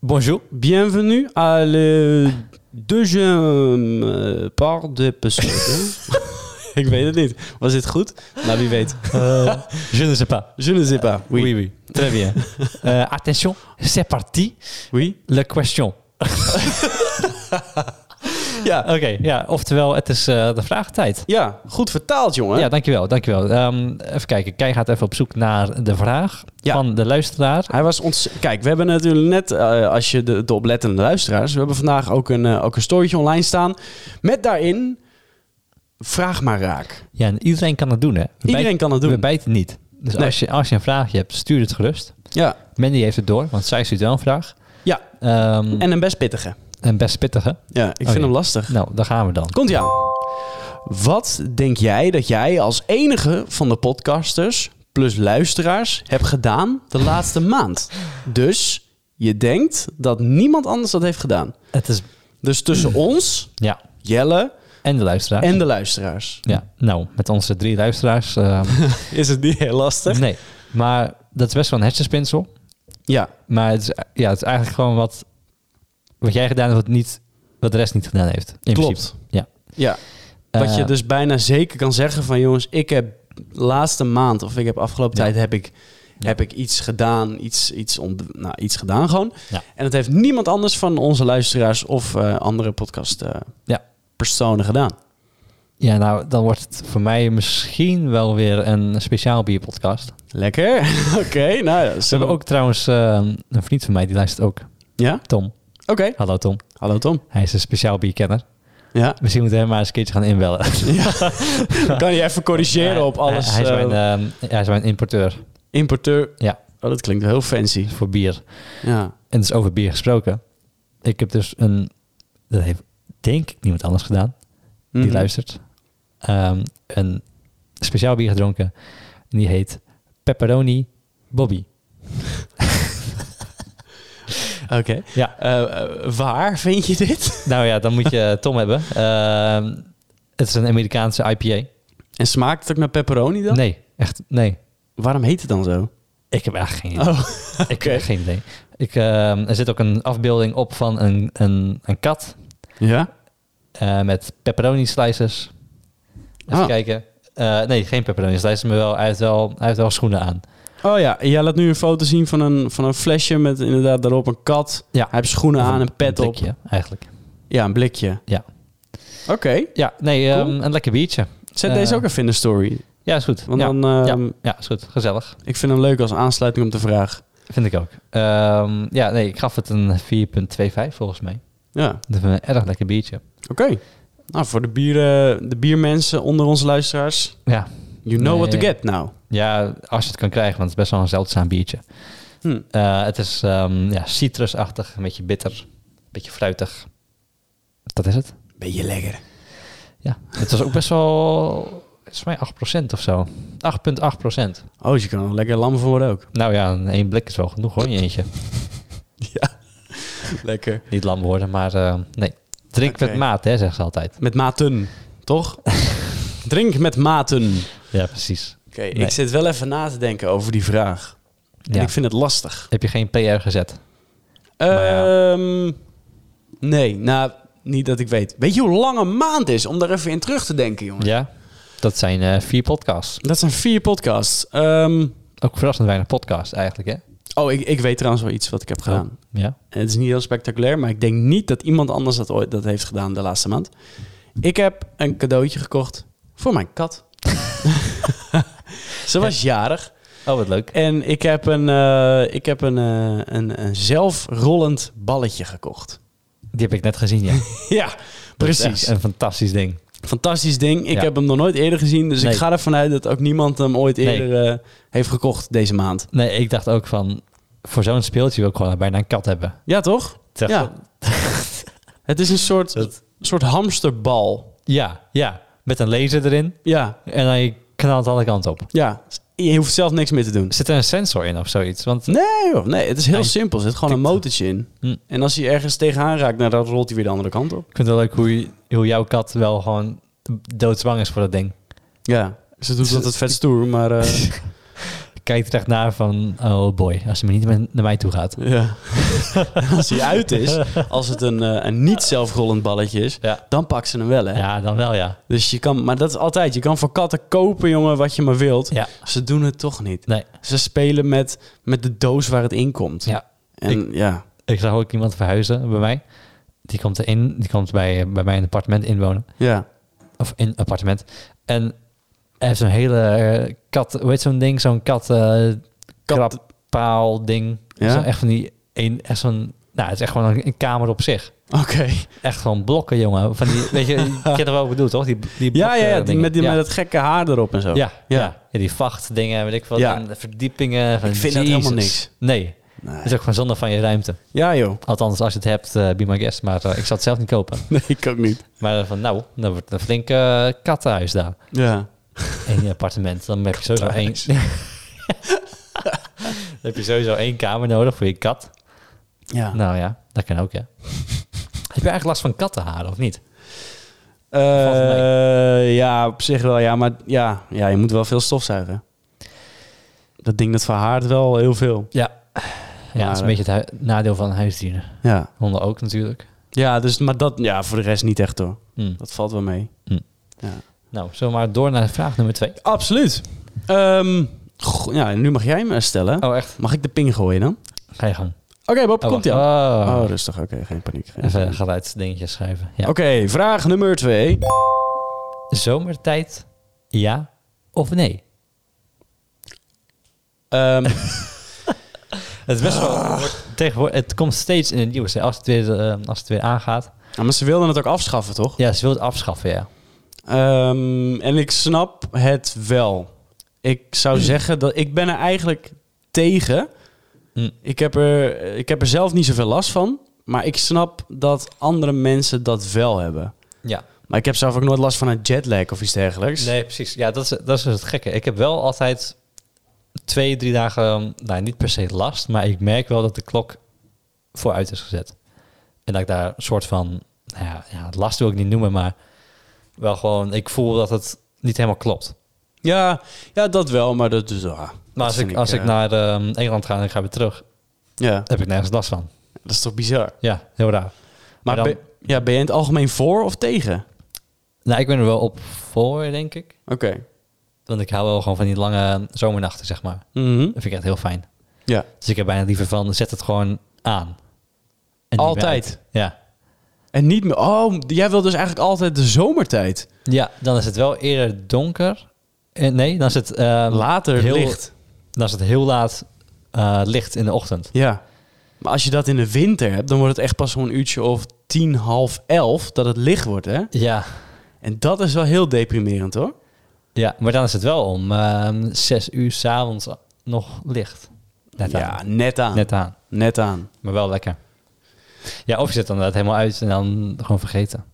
Speaker 2: Bonjour.
Speaker 1: bienvenue à le deuxième euh, part de episode. ik weet het niet. Was dit goed? Nou, wie weet.
Speaker 2: Je ne sais pas.
Speaker 1: Je ne sais pas.
Speaker 2: Oui,
Speaker 1: Oui.
Speaker 2: oui. Très bien. Eh, attention, c'est parti.
Speaker 1: Oui.
Speaker 2: Le question. ja, oké. ja, oftewel, het is eh, de vraagtijd.
Speaker 1: Ja, goed vertaald, jongen.
Speaker 2: Ja, dankjewel. dankjewel. Ehm, even kijken. Kei gaat even op zoek naar de vraag
Speaker 1: Ja.
Speaker 2: van de luisteraar.
Speaker 1: Hij was ons. Kijk, we hebben natuurlijk net, eh, als je de, de oplettende luisteraars, we hebben vandaag ook een, eh, ook een storytje online staan. Met daarin. Vraag maar raak.
Speaker 2: Ja, en iedereen kan het doen, hè? We
Speaker 1: Iedereen kan het
Speaker 2: bijten- We
Speaker 1: doen.
Speaker 2: bijten niet. Dus
Speaker 1: Nee.
Speaker 2: als, je, als je een vraagje hebt, stuur het gerust.
Speaker 1: Ja.
Speaker 2: Mandy heeft het door, want zij stuurt wel een vraag.
Speaker 1: Ja.
Speaker 2: Ehm, en
Speaker 1: En een best pittige. Oh,
Speaker 2: een best pittige.
Speaker 1: Ja, ik vind
Speaker 2: ja.
Speaker 1: hem lastig.
Speaker 2: Nou, daar gaan we dan.
Speaker 1: Komt ja. Wat denk jij dat jij als enige van de podcasters plus luisteraars hebt gedaan de laatste maand? Dus je denkt dat niemand anders dat heeft gedaan.
Speaker 2: Het is...
Speaker 1: Dus tussen ons,
Speaker 2: Ja.
Speaker 1: Jelle
Speaker 2: En de luisteraar.
Speaker 1: en de luisteraars.
Speaker 2: Ja, nou, met onze drie luisteraars. ehm,
Speaker 1: Is het niet heel lastig?
Speaker 2: nee, maar dat is best wel een hersenspinsel.
Speaker 1: Ja,
Speaker 2: Maar het is, ja, het is eigenlijk gewoon wat, wat jij gedaan hebt, wat, niet, wat de rest niet gedaan heeft. In
Speaker 1: klopt.
Speaker 2: principe. Ja.
Speaker 1: Ja. Wat je
Speaker 2: Eh,
Speaker 1: dus bijna zeker kan zeggen van jongens, ik heb laatste maand of ik heb afgelopen
Speaker 2: Ja.
Speaker 1: tijd heb ik,
Speaker 2: Ja.
Speaker 1: heb ik iets gedaan, iets, iets, ont- nou, iets gedaan gewoon.
Speaker 2: Ja.
Speaker 1: En dat heeft niemand anders van onze luisteraars of eh, andere podcast eh,
Speaker 2: Ja.
Speaker 1: personen gedaan.
Speaker 2: Ja, nou, dan wordt het voor mij misschien wel weer een speciaal bierpodcast.
Speaker 1: Lekker. Oké, nou ja.
Speaker 2: Ze hebben ook trouwens ehm, een vriend van mij, die luistert ook.
Speaker 1: Ja?
Speaker 2: Tom.
Speaker 1: Oké.
Speaker 2: Hallo Tom.
Speaker 1: Hallo Tom.
Speaker 2: Hij is een speciaal bierkenner.
Speaker 1: Ja.
Speaker 2: Misschien moeten we hem maar eens een keertje gaan inbellen.
Speaker 1: kan je even corrigeren op alles.
Speaker 2: Hij, hij is,
Speaker 1: eh,
Speaker 2: mijn, ehm, hij is mijn importeur
Speaker 1: importeur.
Speaker 2: Ja.
Speaker 1: Oh, dat klinkt wel heel fancy.
Speaker 2: voor bier.
Speaker 1: Ja.
Speaker 2: En dus over bier gesproken. Ik heb dus een... Dat heeft denk ik niemand anders gedaan. Die
Speaker 1: Mhm.
Speaker 2: luistert. Ehm, een speciaal bier gedronken. En die heet Pepperoni Bobby.
Speaker 1: Oké.
Speaker 2: Ja.
Speaker 1: Eh, eh, waar vind je dit?
Speaker 2: Nou ja, dan moet je Tom hebben. Ehm, het is een Amerikaanse IPA.
Speaker 1: En smaakt het ook naar pepperoni dan?
Speaker 2: Nee, echt, nee.
Speaker 1: Waarom heet het dan zo?
Speaker 2: Ik heb eigenlijk geen idee.
Speaker 1: Oh,
Speaker 2: Ik heb echt geen idee. Ik, ehm, er zit ook een afbeelding op van een, een, een kat
Speaker 1: ja?
Speaker 2: eh, met pepperoni slicers. Even
Speaker 1: Ah.
Speaker 2: kijken. Eh, nee, geen pepperoni slicers, maar wel, hij, heeft wel, hij heeft wel schoenen aan.
Speaker 1: Oh ja, jij laat nu een foto zien van een, van een flesje met inderdaad daarop een kat.
Speaker 2: Ja.
Speaker 1: Hij heeft schoenen aan, een pet op.
Speaker 2: blikje, eigenlijk.
Speaker 1: Ja, een blikje.
Speaker 2: Ja.
Speaker 1: Oké,
Speaker 2: Ja, nee, ehm,
Speaker 1: Cool.
Speaker 2: een lekker biertje.
Speaker 1: zet
Speaker 2: Eh.
Speaker 1: deze ook even in de story.
Speaker 2: Ja, is goed.
Speaker 1: Want
Speaker 2: ja.
Speaker 1: dan, ehm,
Speaker 2: ja, is goed. Gezellig.
Speaker 1: ik vind hem leuk als aansluiting op de vraag.
Speaker 2: Vind ik ook. Ehm, ja, nee, ik gaf het een 4.25 volgens mij.
Speaker 1: Ja,
Speaker 2: Dat is een erg lekker biertje.
Speaker 1: oké. Nou, voor de, bieren, de biermensen onder onze luisteraars,
Speaker 2: Ja.
Speaker 1: you know what to
Speaker 2: Nee.
Speaker 1: get now.
Speaker 2: ja, als je het kan krijgen, want het is best wel een zeldzaam biertje.
Speaker 1: Hm.
Speaker 2: Eh, het is ehm, ja, citrusachtig, een beetje bitter, een beetje fruitig. Dat is het.
Speaker 1: Ben je lekker.
Speaker 2: Ja, het was ook best wel, het is mij 8% of zo. 8,8%.
Speaker 1: Oh, dus je kan er lekker lam voor worden ook.
Speaker 2: Nou ja, in één blik is wel genoeg hoor, in je eentje.
Speaker 1: Lekker.
Speaker 2: Niet lam worden, maar eh, nee. Drink
Speaker 1: Oké.
Speaker 2: met maat, hè, zeggen ze altijd.
Speaker 1: Met maten, toch? Drink met maten. Oké,
Speaker 2: Ja, precies. Nee.
Speaker 1: ik zit wel even na te denken over die vraag. En
Speaker 2: Ja.
Speaker 1: ik vind het lastig.
Speaker 2: Heb je geen PR gezet? ja.
Speaker 1: Ehm Nee, nou, niet dat ik weet. Weet je hoe lang een maand is om daar even in terug te denken, jongen?
Speaker 2: Ja. Dat zijn eh, vier podcasts.
Speaker 1: Dat zijn vier podcasts. Ehm,
Speaker 2: Ook verrassend weinig podcasts eigenlijk, hè?
Speaker 1: oh, ik, ik weet trouwens wel iets wat
Speaker 2: Oh.
Speaker 1: ik heb gedaan.
Speaker 2: Ja.
Speaker 1: En het is niet heel spectaculair, maar ik denk niet dat iemand anders dat ooit dat heeft gedaan de laatste maand. Ik heb een cadeautje gekocht voor mijn kat. Ze was jarig.
Speaker 2: Oh, Oh, wat leuk.
Speaker 1: En ik heb een, eh, ik heb een, eh, een, een zelfrollend balletje gekocht.
Speaker 2: Die heb ik net gezien, ja. Dat is
Speaker 1: Ja,
Speaker 2: echt
Speaker 1: precies.
Speaker 2: Een fantastisch ding.
Speaker 1: Fantastisch ding. Ik
Speaker 2: Ja.
Speaker 1: heb hem nog nooit eerder gezien. Dus
Speaker 2: Nee.
Speaker 1: ik ga ervan uit dat ook niemand hem ooit
Speaker 2: Nee.
Speaker 1: eerder eh, heeft gekocht deze maand.
Speaker 2: Nee, ik dacht ook van... Voor zo'n speeltje wil ik gewoon bijna een kat hebben.
Speaker 1: Ja, toch?
Speaker 2: Het is echt
Speaker 1: Ja. Het is een soort,
Speaker 2: Dat-
Speaker 1: soort hamsterbal.
Speaker 2: Ja, ja. Met een laser erin.
Speaker 1: Ja,
Speaker 2: En hij knalt alle kanten op.
Speaker 1: ja. Je hoeft zelf niks meer te doen.
Speaker 2: Zit er een sensor in of zoiets? Want
Speaker 1: Nee, joh. nee, het is heel
Speaker 2: Nee.
Speaker 1: simpel. Er zit gewoon een motortje in.
Speaker 2: Hm.
Speaker 1: En als hij ergens tegenaan raakt, nou, dan rolt hij weer de andere kant op.
Speaker 2: ik vind het wel leuk hoe, je- hoe jouw kat wel gewoon doodzwang is voor dat ding.
Speaker 1: Ja, ze Dus doet altijd vet stoer, maar... eh,
Speaker 2: Kijkt er echt naar van... Oh boy, als hij maar niet met- naar mij toe gaat.
Speaker 1: ja. als hij uit is, als het een, eh, een niet zelfrollend balletje is,
Speaker 2: Ja.
Speaker 1: dan pakt ze hem wel, hè?
Speaker 2: Ja, dan wel ja.
Speaker 1: Dus je kan, maar dat is altijd. Je kan voor katten kopen, jongen, wat je maar wilt.
Speaker 2: Ja.
Speaker 1: Ze doen het toch niet.
Speaker 2: Nee.
Speaker 1: Ze spelen met, met de doos waar het in komt.
Speaker 2: Ja.
Speaker 1: En ja.
Speaker 2: Ik zag ook iemand verhuizen bij mij. Die komt erin, die komt bij, bij mij in een appartement inwonen.
Speaker 1: Ja.
Speaker 2: Of in een appartement. En hij heeft zo'n hele eh, kat, hoe heet zo'n ding? Zo'n kat, eh
Speaker 1: Kat-
Speaker 2: krabpaal ding.
Speaker 1: Ja?
Speaker 2: Zo echt van die, een, echt zo'n, nou het is echt gewoon een, een kamer op zich.
Speaker 1: Oké.
Speaker 2: Echt van blokken, jongen. Van die, weet je, je kent er wel wat ik bedoel, toch? Die, die
Speaker 1: Ja, ja, eh, ja, die,
Speaker 2: dingen.
Speaker 1: met, die,
Speaker 2: ja.
Speaker 1: met dat gekke haar erop en zo.
Speaker 2: ja, ja.
Speaker 1: Ja.
Speaker 2: Ja, die vacht dingen, weet ik wat.
Speaker 1: Ja.
Speaker 2: En de verdiepingen. Van,
Speaker 1: Ik vind dat helemaal
Speaker 2: Jezus.
Speaker 1: niks.
Speaker 2: Nee,
Speaker 1: Nee.
Speaker 2: het is ook gewoon zonde van je ruimte.
Speaker 1: Ja, joh.
Speaker 2: Althans, als je het hebt, eh be my guest. Maar eh, ik zal het zelf niet kopen.
Speaker 1: Nee, ik ook niet.
Speaker 2: Maar dan van, nou, dan wordt een flinke eh, kattenhuis daar.
Speaker 1: Ja.
Speaker 2: In je appartement. Dan heb je sowieso één...
Speaker 1: Kattenhuis.
Speaker 2: Dan heb je sowieso één kamer nodig voor je kat.
Speaker 1: Ja.
Speaker 2: Nou ja, dat kan ook, ja. heb je eigenlijk last van kattenharen, of niet?
Speaker 1: Eh,
Speaker 2: valt het
Speaker 1: ja, op zich wel. Ja, maar ja, ja, je moet wel veel stofzuigen. Dat ding dat verhaart wel heel veel.
Speaker 2: Ja. Ja, dat is een
Speaker 1: Maar,
Speaker 2: beetje het hui- nadeel van huisdieren.
Speaker 1: Ja.
Speaker 2: Honden ook natuurlijk.
Speaker 1: Ja, dus, maar dat, ja, voor de rest niet echt hoor.
Speaker 2: Hm.
Speaker 1: Dat valt wel mee.
Speaker 2: Nou, zomaar door naar vraag nummer twee.
Speaker 1: Absoluut. Ehm, goh, ja, nu mag jij me stellen.
Speaker 2: Oh, echt?
Speaker 1: Mag ik de ping gooien dan?
Speaker 2: Ga je gang.
Speaker 1: Oké, Bob,
Speaker 2: Oh,
Speaker 1: komt ie
Speaker 2: wacht.
Speaker 1: aan.
Speaker 2: Oh.
Speaker 1: Oh, rustig. Oké, geen paniek. Geen
Speaker 2: Even
Speaker 1: paniek.
Speaker 2: geluidsdingetjes schrijven. Ja.
Speaker 1: Oké, vraag nummer twee.
Speaker 2: Zomertijd, ja of nee?
Speaker 1: Ehm,
Speaker 2: Het is best wel. Tegenwoordig, het komt steeds in het nieuws. hè, Als het weer, eh, als het weer aangaat.
Speaker 1: ja, maar ze wilden het ook afschaffen, toch?
Speaker 2: Ja, ze wil het afschaffen, ja.
Speaker 1: Ehm, en ik snap het wel. Ik zou zeggen dat ik ben er eigenlijk tegen.
Speaker 2: Mm.
Speaker 1: Ik, heb er, ik heb er zelf niet zoveel last van. Maar ik snap dat andere mensen dat wel hebben.
Speaker 2: Ja.
Speaker 1: Maar ik heb zelf ook nooit last van een jetlag of iets dergelijks.
Speaker 2: Nee, precies. Ja, dat is, dat is dus het gekke. Ik heb wel altijd twee, drie dagen, nou niet per se last, maar ik merk wel dat de klok vooruit is gezet. En dat ik daar een soort van, nou ja, ja, last wil ik niet noemen, maar wel gewoon, ik voel dat het niet helemaal klopt.
Speaker 1: Ja, ja, dat wel, maar dat is... ah, dat
Speaker 2: Maar als,
Speaker 1: vind
Speaker 2: ik, als ik
Speaker 1: eh,
Speaker 2: naar ehm, Engeland ga en ik ga weer terug,
Speaker 1: Ja,
Speaker 2: heb ik nergens last van.
Speaker 1: dat is toch bizar.
Speaker 2: Ja, heel raar.
Speaker 1: Maar
Speaker 2: dan-
Speaker 1: ben, ja, ben je in het algemeen voor of tegen?
Speaker 2: Nou, ik ben er wel op voor, denk ik.
Speaker 1: Oké.
Speaker 2: Want ik hou wel gewoon van die lange zomernachten, zeg maar.
Speaker 1: Mhm.
Speaker 2: Dat vind ik echt heel fijn.
Speaker 1: Ja.
Speaker 2: Dus ik heb bijna liever van, zet het gewoon aan. En niet
Speaker 1: Altijd?
Speaker 2: meer uit. Ja.
Speaker 1: En niet meer... Oh, jij wil dus eigenlijk altijd de zomertijd.
Speaker 2: Ja, dan is het wel eerder donker. Eh, nee, dan is het... ehm,
Speaker 1: Later
Speaker 2: heel,
Speaker 1: licht.
Speaker 2: Dan is het heel laat eh, licht in de ochtend.
Speaker 1: Ja. Maar als je dat in de winter hebt, dan wordt het echt pas zo'n uurtje of tien, half elf dat het licht wordt, hè?
Speaker 2: Ja.
Speaker 1: En dat is wel heel deprimerend, hoor.
Speaker 2: Ja, maar dan is het wel om ehm zes uur s'avonds nog licht. Net aan.
Speaker 1: ja, net aan. Net.
Speaker 2: Net aan.
Speaker 1: aan.
Speaker 2: Maar wel lekker. Ja, of je zet dan inderdaad helemaal uit en dan gewoon vergeten.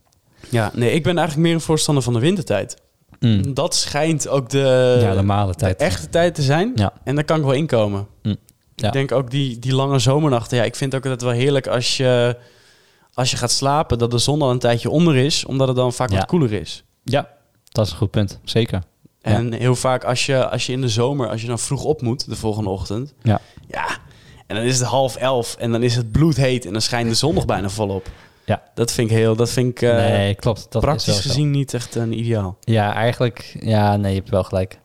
Speaker 1: Ja, nee, ik ben eigenlijk meer een voorstander van de wintertijd.
Speaker 2: Mm.
Speaker 1: Dat schijnt ook de,
Speaker 2: ja, normale tijd.
Speaker 1: de echte tijd te zijn.
Speaker 2: Ja.
Speaker 1: En daar kan ik wel inkomen.
Speaker 2: Hm. Ja.
Speaker 1: Ik denk ook die, die lange zomernachten. Ja, ik vind ook dat wel heerlijk als je, als je gaat slapen, dat de zon al een tijdje onder is, omdat het dan vaak
Speaker 2: Ja.
Speaker 1: wat koeler is.
Speaker 2: Ja, dat is een goed punt. Zeker. Ja.
Speaker 1: En heel vaak als je, als je in de zomer, als je dan vroeg op moet de volgende ochtend.
Speaker 2: Ja.
Speaker 1: Ja. En dan is het half elf en dan is het bloedheet en dan schijnt de zon nog bijna volop.
Speaker 2: Ja.
Speaker 1: Dat vind ik heel, dat vind ik eh,
Speaker 2: nee, klopt. Dat is
Speaker 1: praktisch
Speaker 2: wel zo.
Speaker 1: gezien niet echt een ideaal.
Speaker 2: Ja, eigenlijk. Ja, nee, je hebt wel gelijk.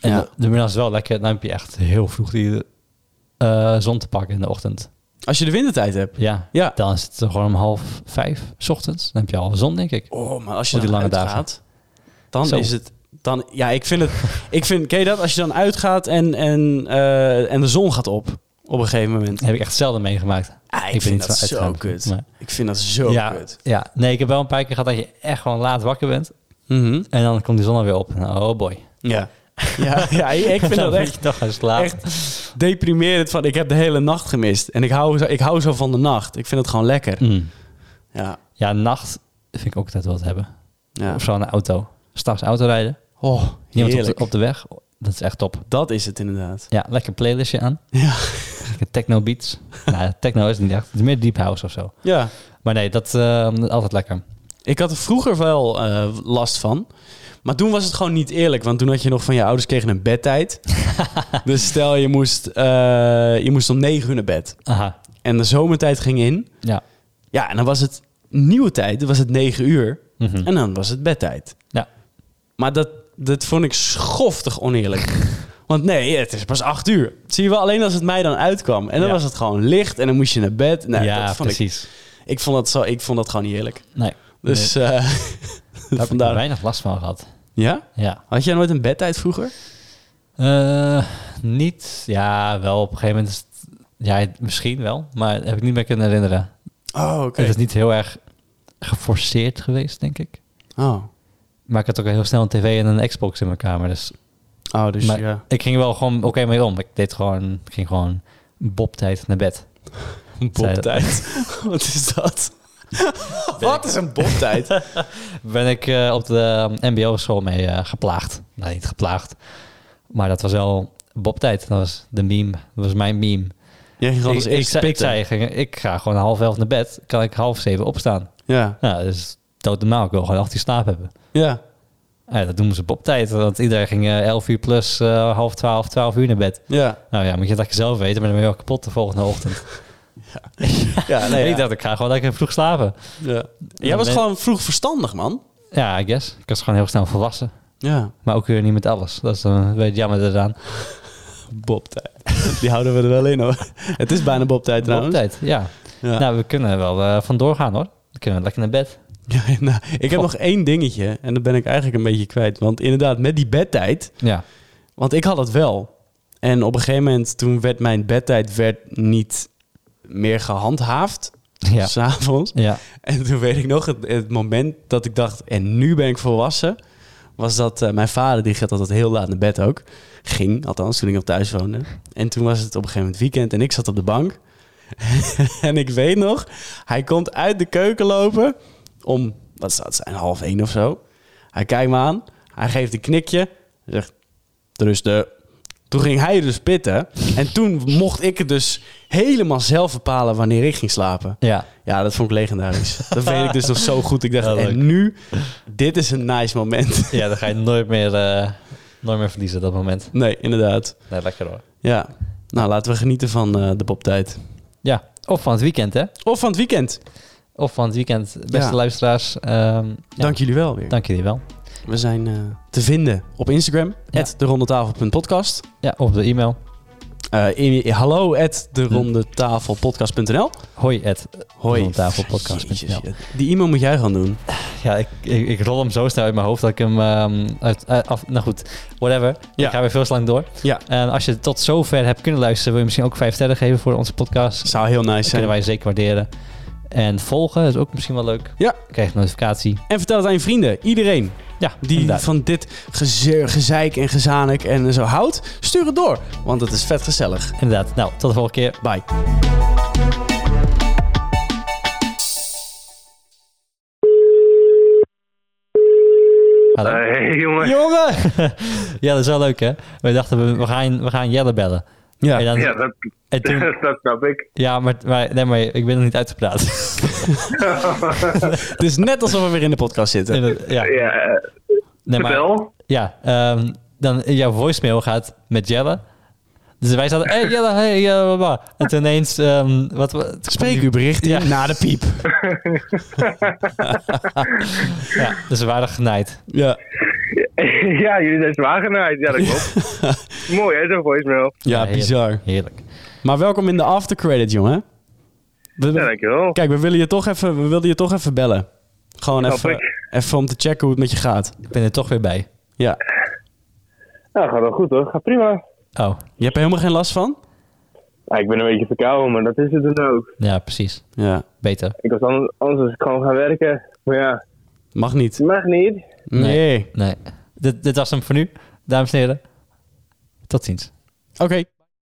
Speaker 2: En
Speaker 1: Ja.
Speaker 2: de, de middag is wel lekker. Dan heb je echt heel vroeg die eh, zon te pakken in de ochtend.
Speaker 1: Als je de wintertijd hebt.
Speaker 2: Ja.
Speaker 1: Ja.
Speaker 2: Dan is het gewoon om half vijf 's ochtends. Dan heb je al zon, denk ik.
Speaker 1: Oh, maar als je
Speaker 2: Voor die
Speaker 1: dan
Speaker 2: lange
Speaker 1: uitgaat,
Speaker 2: dagen.
Speaker 1: dan
Speaker 2: Zo.
Speaker 1: is het Dan, ja, ik vind het... ik vind, ken je dat? Als je dan uitgaat en, en, eh, en de zon gaat op op een gegeven moment.
Speaker 2: Heb ik echt zelden meegemaakt.
Speaker 1: Ah, ik,
Speaker 2: ben
Speaker 1: vind
Speaker 2: niet
Speaker 1: dat
Speaker 2: zo
Speaker 1: zo
Speaker 2: uitgaan,
Speaker 1: kut.
Speaker 2: maar-
Speaker 1: Ik vind dat zo
Speaker 2: ja,
Speaker 1: Oh, kut.
Speaker 2: ja, nee, ik heb wel een paar keer gehad dat je echt gewoon laat wakker bent.
Speaker 1: Mhm.
Speaker 2: En dan komt die zon er weer op. Nou, oh boy.
Speaker 1: Ja. Ja, ja, ik vind
Speaker 2: Dan
Speaker 1: dat
Speaker 2: moet
Speaker 1: echt
Speaker 2: je toch gaan slapen.
Speaker 1: echt deprimerend van ik heb de hele nacht gemist. En ik hou, zo- ik hou zo van de nacht. Ik vind het gewoon lekker.
Speaker 2: Mm.
Speaker 1: Ja.
Speaker 2: Ja, nacht vind ik ook altijd wel te hebben.
Speaker 1: ja.
Speaker 2: Of zo een auto. Straks auto rijden.
Speaker 1: Oh,
Speaker 2: Niemand op de,
Speaker 1: heerlijk.
Speaker 2: op de weg. Dat is echt top.
Speaker 1: Dat is het inderdaad.
Speaker 2: Ja, lekker playlistje aan.
Speaker 1: Ja.
Speaker 2: Lekker techno beats. nou, techno is niet echt. Het is meer deep house of zo.
Speaker 1: Ja.
Speaker 2: Maar nee, dat eh, dat is altijd lekker.
Speaker 1: Ik had er vroeger wel eh, last van. Maar toen was het gewoon niet eerlijk. Want toen had je nog van je ouders kregen een bedtijd. dus stel je moest, eh, je moest om negen uur naar bed.
Speaker 2: Aha.
Speaker 1: En de zomertijd ging in.
Speaker 2: Ja.
Speaker 1: Ja, en dan was het nieuwe tijd. Dan was het negen uur.
Speaker 2: Mhm.
Speaker 1: En dan was het bedtijd.
Speaker 2: Ja.
Speaker 1: Maar dat, dat vond ik schoftig oneerlijk. Want nee, het is pas acht uur. Zie je wel, alleen als het mij dan uitkwam. En dan
Speaker 2: Ja.
Speaker 1: was het gewoon licht en dan moest je naar bed. Nou,
Speaker 2: ja,
Speaker 1: dat vond ik,
Speaker 2: precies.
Speaker 1: ik, vond dat zo, ik vond dat gewoon niet eerlijk.
Speaker 2: Nee,
Speaker 1: Dus eh
Speaker 2: daar heb ik
Speaker 1: vandaar.
Speaker 2: weinig last van gehad.
Speaker 1: Ja?
Speaker 2: Ja.
Speaker 1: Had jij nooit een bedtijd vroeger?
Speaker 2: Eh, niet. Ja, wel op een gegeven moment. Is het- ja, misschien wel. Maar heb ik niet meer kunnen herinneren.
Speaker 1: Oh, oké.
Speaker 2: Het is niet heel erg geforceerd geweest, denk ik.
Speaker 1: Oh.
Speaker 2: Maar ik had ook heel snel een tv en een Xbox in mijn kamer. Dus
Speaker 1: oh, dus
Speaker 2: Maar-
Speaker 1: ja.
Speaker 2: ik ging wel gewoon oké mee om. Ik deed gewoon, ik ging gewoon bobtijd naar bed.
Speaker 1: Bobtijd. Wat is dat? Wat is een bobtijd?
Speaker 2: Ben ik eh, op de mbo-school mee eh, geplaagd. Nou, niet geplaagd. Maar dat was wel bobtijd. Dat was de meme. Dat was mijn meme.
Speaker 1: Jij ging gewoon
Speaker 2: Ik,
Speaker 1: als
Speaker 2: ik,
Speaker 1: eerste
Speaker 2: zei- ik
Speaker 1: pitten.
Speaker 2: zei, ging- ik ga gewoon half elf naar bed. Kan ik half zeven opstaan?
Speaker 1: Ja.
Speaker 2: Nou, dat is dood normaal. Ik wil gewoon 18 slaap hebben.
Speaker 1: Ja.
Speaker 2: Ja, dat doen ze op tijd. Want iedereen ging eh, 11 uur plus eh, half 12, 12 uur naar bed.
Speaker 1: Ja.
Speaker 2: Nou ja, moet je dat zelf weten, maar dan ben je wel kapot de volgende ochtend.
Speaker 1: Ja, nee,
Speaker 2: ik dacht, ik ga gewoon lekker vroeg slapen.
Speaker 1: Ja. Jij was
Speaker 2: nee.
Speaker 1: gewoon vroeg verstandig, man.
Speaker 2: Ja, I guess. Ik was gewoon heel snel volwassen.
Speaker 1: Ja,
Speaker 2: Maar ook weer niet met alles. Dat is dan weer het jammer eraan.
Speaker 1: bobtijd. Die houden we er wel in, hoor. Het is bijna bobtijd, trouwens.
Speaker 2: tijd, ja.
Speaker 1: Ja.
Speaker 2: Nou, we kunnen er wel eh, vandoor gaan hoor. Dan kunnen we lekker naar bed.
Speaker 1: Ja, nou, ik heb nog één dingetje en dat ben ik eigenlijk een beetje kwijt. Want inderdaad, met die bedtijd,
Speaker 2: Ja.
Speaker 1: want ik had het wel. En op een gegeven moment, toen werd mijn bedtijd werd niet meer gehandhaafd,
Speaker 2: Ja.
Speaker 1: s'avonds.
Speaker 2: Ja.
Speaker 1: En toen weet ik nog, het, het moment dat ik dacht, en nu ben ik volwassen, was dat eh, mijn vader, die gaat altijd heel laat naar bed ook, ging, althans toen ik nog thuis woonde. En toen was het op een gegeven moment weekend en ik zat op de bank. en ik weet nog, hij komt uit de keuken lopen om, wat zou het zijn, half één of zo. Hij kijkt me aan, hij geeft een knikje, hij zegt, rusten. Toen ging hij dus pitten en toen mocht ik het dus helemaal zelf bepalen wanneer ik ging slapen.
Speaker 2: Ja.
Speaker 1: Ja, dat vond ik legendarisch. dat weet ik dus nog zo goed. Ik dacht,
Speaker 2: Ja, leuk.
Speaker 1: en nu, dit is een nice moment.
Speaker 2: ja, dan ga je nooit meer, eh, nooit meer verliezen dat moment.
Speaker 1: Nee, inderdaad.
Speaker 2: Nee, lekker hoor.
Speaker 1: Ja. Nou, laten we genieten van eh, de poptijd.
Speaker 2: Ja. Of van het weekend hè.
Speaker 1: Of van het weekend.
Speaker 2: Of van het weekend. Beste
Speaker 1: Ja.
Speaker 2: luisteraars. ehm, ja.
Speaker 1: Dank jullie wel weer.
Speaker 2: Dank jullie wel.
Speaker 1: We zijn eh, te vinden op Instagram.
Speaker 2: Ja.
Speaker 1: At derondetafel.podcast.
Speaker 2: Ja, of de e-mail.
Speaker 1: Eh, in- in- hallo at derondetafelpodcast.nl
Speaker 2: Hoi, at
Speaker 1: Hoi.
Speaker 2: Rondetafelpodcast.nl.
Speaker 1: Jezus, ja. Die e-mail moet jij gaan doen.
Speaker 2: Ja, ik, ik, ik rol hem zo snel uit mijn hoofd dat ik hem ehm, uit, eh, af, nou goed, whatever.
Speaker 1: Ja.
Speaker 2: Ik ga weer veel te lang door.
Speaker 1: Ja.
Speaker 2: En als je tot zover hebt kunnen luisteren, wil je misschien ook vijf sterren geven voor onze podcast. Dat
Speaker 1: Zou heel nice zijn.
Speaker 2: kunnen wij zeker waarderen. En volgen is ook misschien wel leuk.
Speaker 1: Ja.
Speaker 2: Krijg je notificatie.
Speaker 1: En vertel het aan je vrienden. Iedereen
Speaker 2: Ja,
Speaker 1: die
Speaker 2: inderdaad.
Speaker 1: van dit gezeur, gezeik en gezanik en zo houdt, stuur het door. Want het is vet gezellig.
Speaker 2: inderdaad. Nou, tot de volgende keer.
Speaker 1: Bye.
Speaker 2: Hallo.
Speaker 4: Eh, Hey jongen.
Speaker 2: Jongen! ja, dat is wel leuk hè. We dachten, we, we, gaan, we gaan Jelle bellen. En,
Speaker 1: Ja.
Speaker 2: dan,
Speaker 4: Ja, dat,
Speaker 2: en toen,
Speaker 4: dat snap ik.
Speaker 2: ja maar, maar, nee, maar ik ben nog niet uit te praten.
Speaker 1: Het is net alsof we weer in de podcast zitten.
Speaker 2: ja,
Speaker 4: Ja, eh,
Speaker 2: nee, maar-
Speaker 4: vertel.
Speaker 2: Ja, ehm, dan jouw voicemail gaat met Jelle. Dus wij zaten, hey Jelle, hey eh, Jelle, bla, bla. En toen ineens, ehm, wat, wat
Speaker 1: Spreek uw bericht in
Speaker 2: Ja.
Speaker 1: na de piep.
Speaker 2: Ja, dus we waren genaaid.
Speaker 1: Ja,
Speaker 4: ja, jullie zijn zwaar genaaid. Ja, dat klopt. Mooi hè, zo'n voicemail.
Speaker 1: ja
Speaker 2: heerlijk.
Speaker 1: bizar.
Speaker 2: Heerlijk.
Speaker 1: Maar welkom in de aftercredit, jongen. We-
Speaker 4: Ja, dankjewel.
Speaker 1: kijk, we willen, je toch even, we wilden je toch even bellen. Gewoon
Speaker 4: Snap
Speaker 1: even,
Speaker 4: ik.
Speaker 1: even om te checken hoe het met je gaat.
Speaker 2: Ik ben er toch weer bij.
Speaker 1: Ja.
Speaker 4: Nou, gaat wel goed hoor. Gaat prima.
Speaker 2: Oh,
Speaker 1: Je hebt er helemaal geen last van?
Speaker 4: Ja, ik ben een beetje verkouden, maar dat is het dan ook.
Speaker 2: ja, precies.
Speaker 1: Ja.
Speaker 2: Beter.
Speaker 4: Ik was anders, anders was ik gewoon gaan werken. Maar ja,
Speaker 1: Mag niet.
Speaker 4: het mag niet.
Speaker 1: Nee.
Speaker 2: Nee. Dit, dit was hem voor nu. Dames en heren, tot ziens.
Speaker 1: Oké.